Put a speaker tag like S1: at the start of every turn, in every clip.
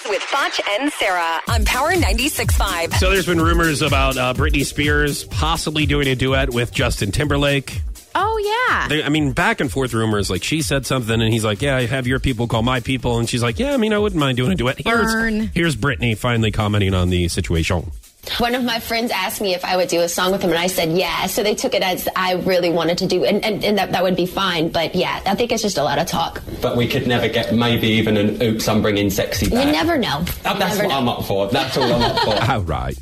S1: Foch and Sarah on Power 96.5.
S2: So there's been rumors about uh, Britney Spears possibly doing a duet with Justin Timberlake.
S3: Oh yeah.
S2: They- I mean, back and forth rumors. Like she said something, and he's like, "Yeah, have your people call my people," and she's like, "Yeah, I mean, I wouldn't mind doing a duet." Here's
S3: Burn.
S2: here's Britney finally commenting on the situation.
S4: One of my friends asked me if I would do a song with him, and I said yeah. So they took it as I really wanted to do, and, and, and that, that would be fine. But yeah, I think it's just a lot of talk.
S5: But we could never get maybe even an oops, I'm bringing sexy
S4: You
S5: back.
S4: never know.
S5: That-
S4: You
S5: that's
S4: never
S5: what
S4: know.
S5: I'm up for. That's all I'm up for.
S2: All right,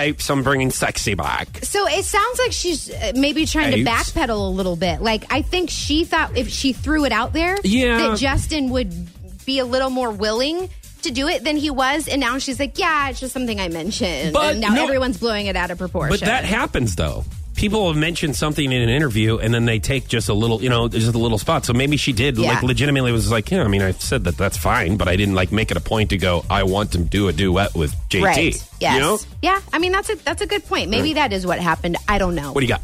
S2: apes, I'm bringing sexy back.
S3: So it sounds like she's uh, maybe trying to
S2: Apes.
S3: backpedal a little bit. Like I think she thought if she threw it out there,
S2: Yeah.
S3: that Justin would be a little more willing to do it than he was, and now she's like, yeah, it's just something I mentioned,
S2: But
S3: and now
S2: no-
S3: everyone's blowing it out of proportion.
S2: But that happens though. People have mentioned something in an interview, and then they take just a little, you know, just a little spot. So maybe she did,
S3: Yeah.
S2: like, legitimately was like, yeah, I mean, I said that that's fine, but I didn't like make it a point to go. I want to do a duet with JT.
S3: right? Yes.
S2: You know?
S3: Yeah. I mean, that's a that's a good point. Maybe that is what happened. I don't know.
S2: What do you got?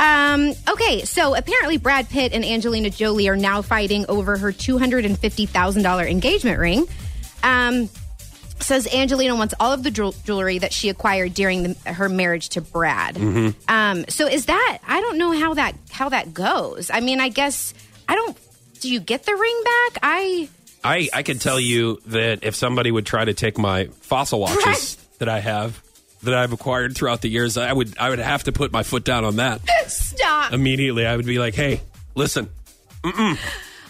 S3: Um, okay, so apparently Brad Pitt and Angelina Jolie are now fighting over her $250,000 engagement ring. Um, says Angelina wants all of the jewel- jewelry that she acquired during the, her marriage to Brad. Um, so is that I don't know how that how that goes. I mean, I guess I don't do you get the ring back? I
S2: I I could tell you that if somebody would try to take my fossil watches
S3: Right.
S2: that I have that I've acquired throughout the years, I would I would have to put my foot down on that
S3: stop.
S2: immediately. I would be like, hey, listen, mm-mm.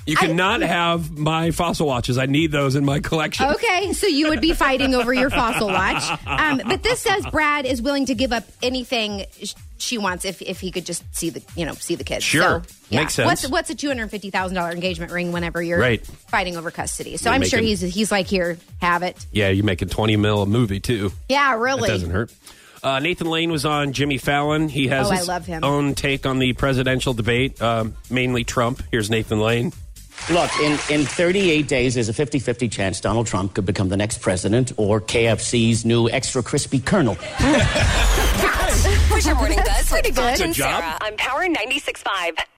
S2: you cannot have my fossil watches. I need those in my collection.
S3: Okay, so you would be fighting over your fossil watch. Um, but this says Brad is willing to give up anything sh- she wants if, if he could just see the you know see the kids.
S2: Sure.
S3: So, yeah.
S2: Makes sense.
S3: What's what's a two hundred fifty thousand dollar engagement ring whenever you're
S2: Right.
S3: fighting over custody? So
S2: You're
S3: I'm sure
S2: making-
S3: he's he's like here have it.
S2: Yeah, you're making 20 mil a movie too.
S3: Yeah,
S2: That
S3: really.
S2: doesn't hurt. Uh, Nathan Lane was on Jimmy Fallon. He has
S3: Oh, I
S2: his
S3: love him.
S2: own take on the presidential debate, um, mainly Trump. Here's Nathan Lane.
S6: Look, in, in 38 days, there's a 50 50 chance Donald Trump could become the next president or KFC's new extra crispy colonel.
S1: Push your morning buzz
S3: pretty
S1: with
S3: good.
S1: Foch and
S2: Good job.
S1: Sarah on Power 96.5.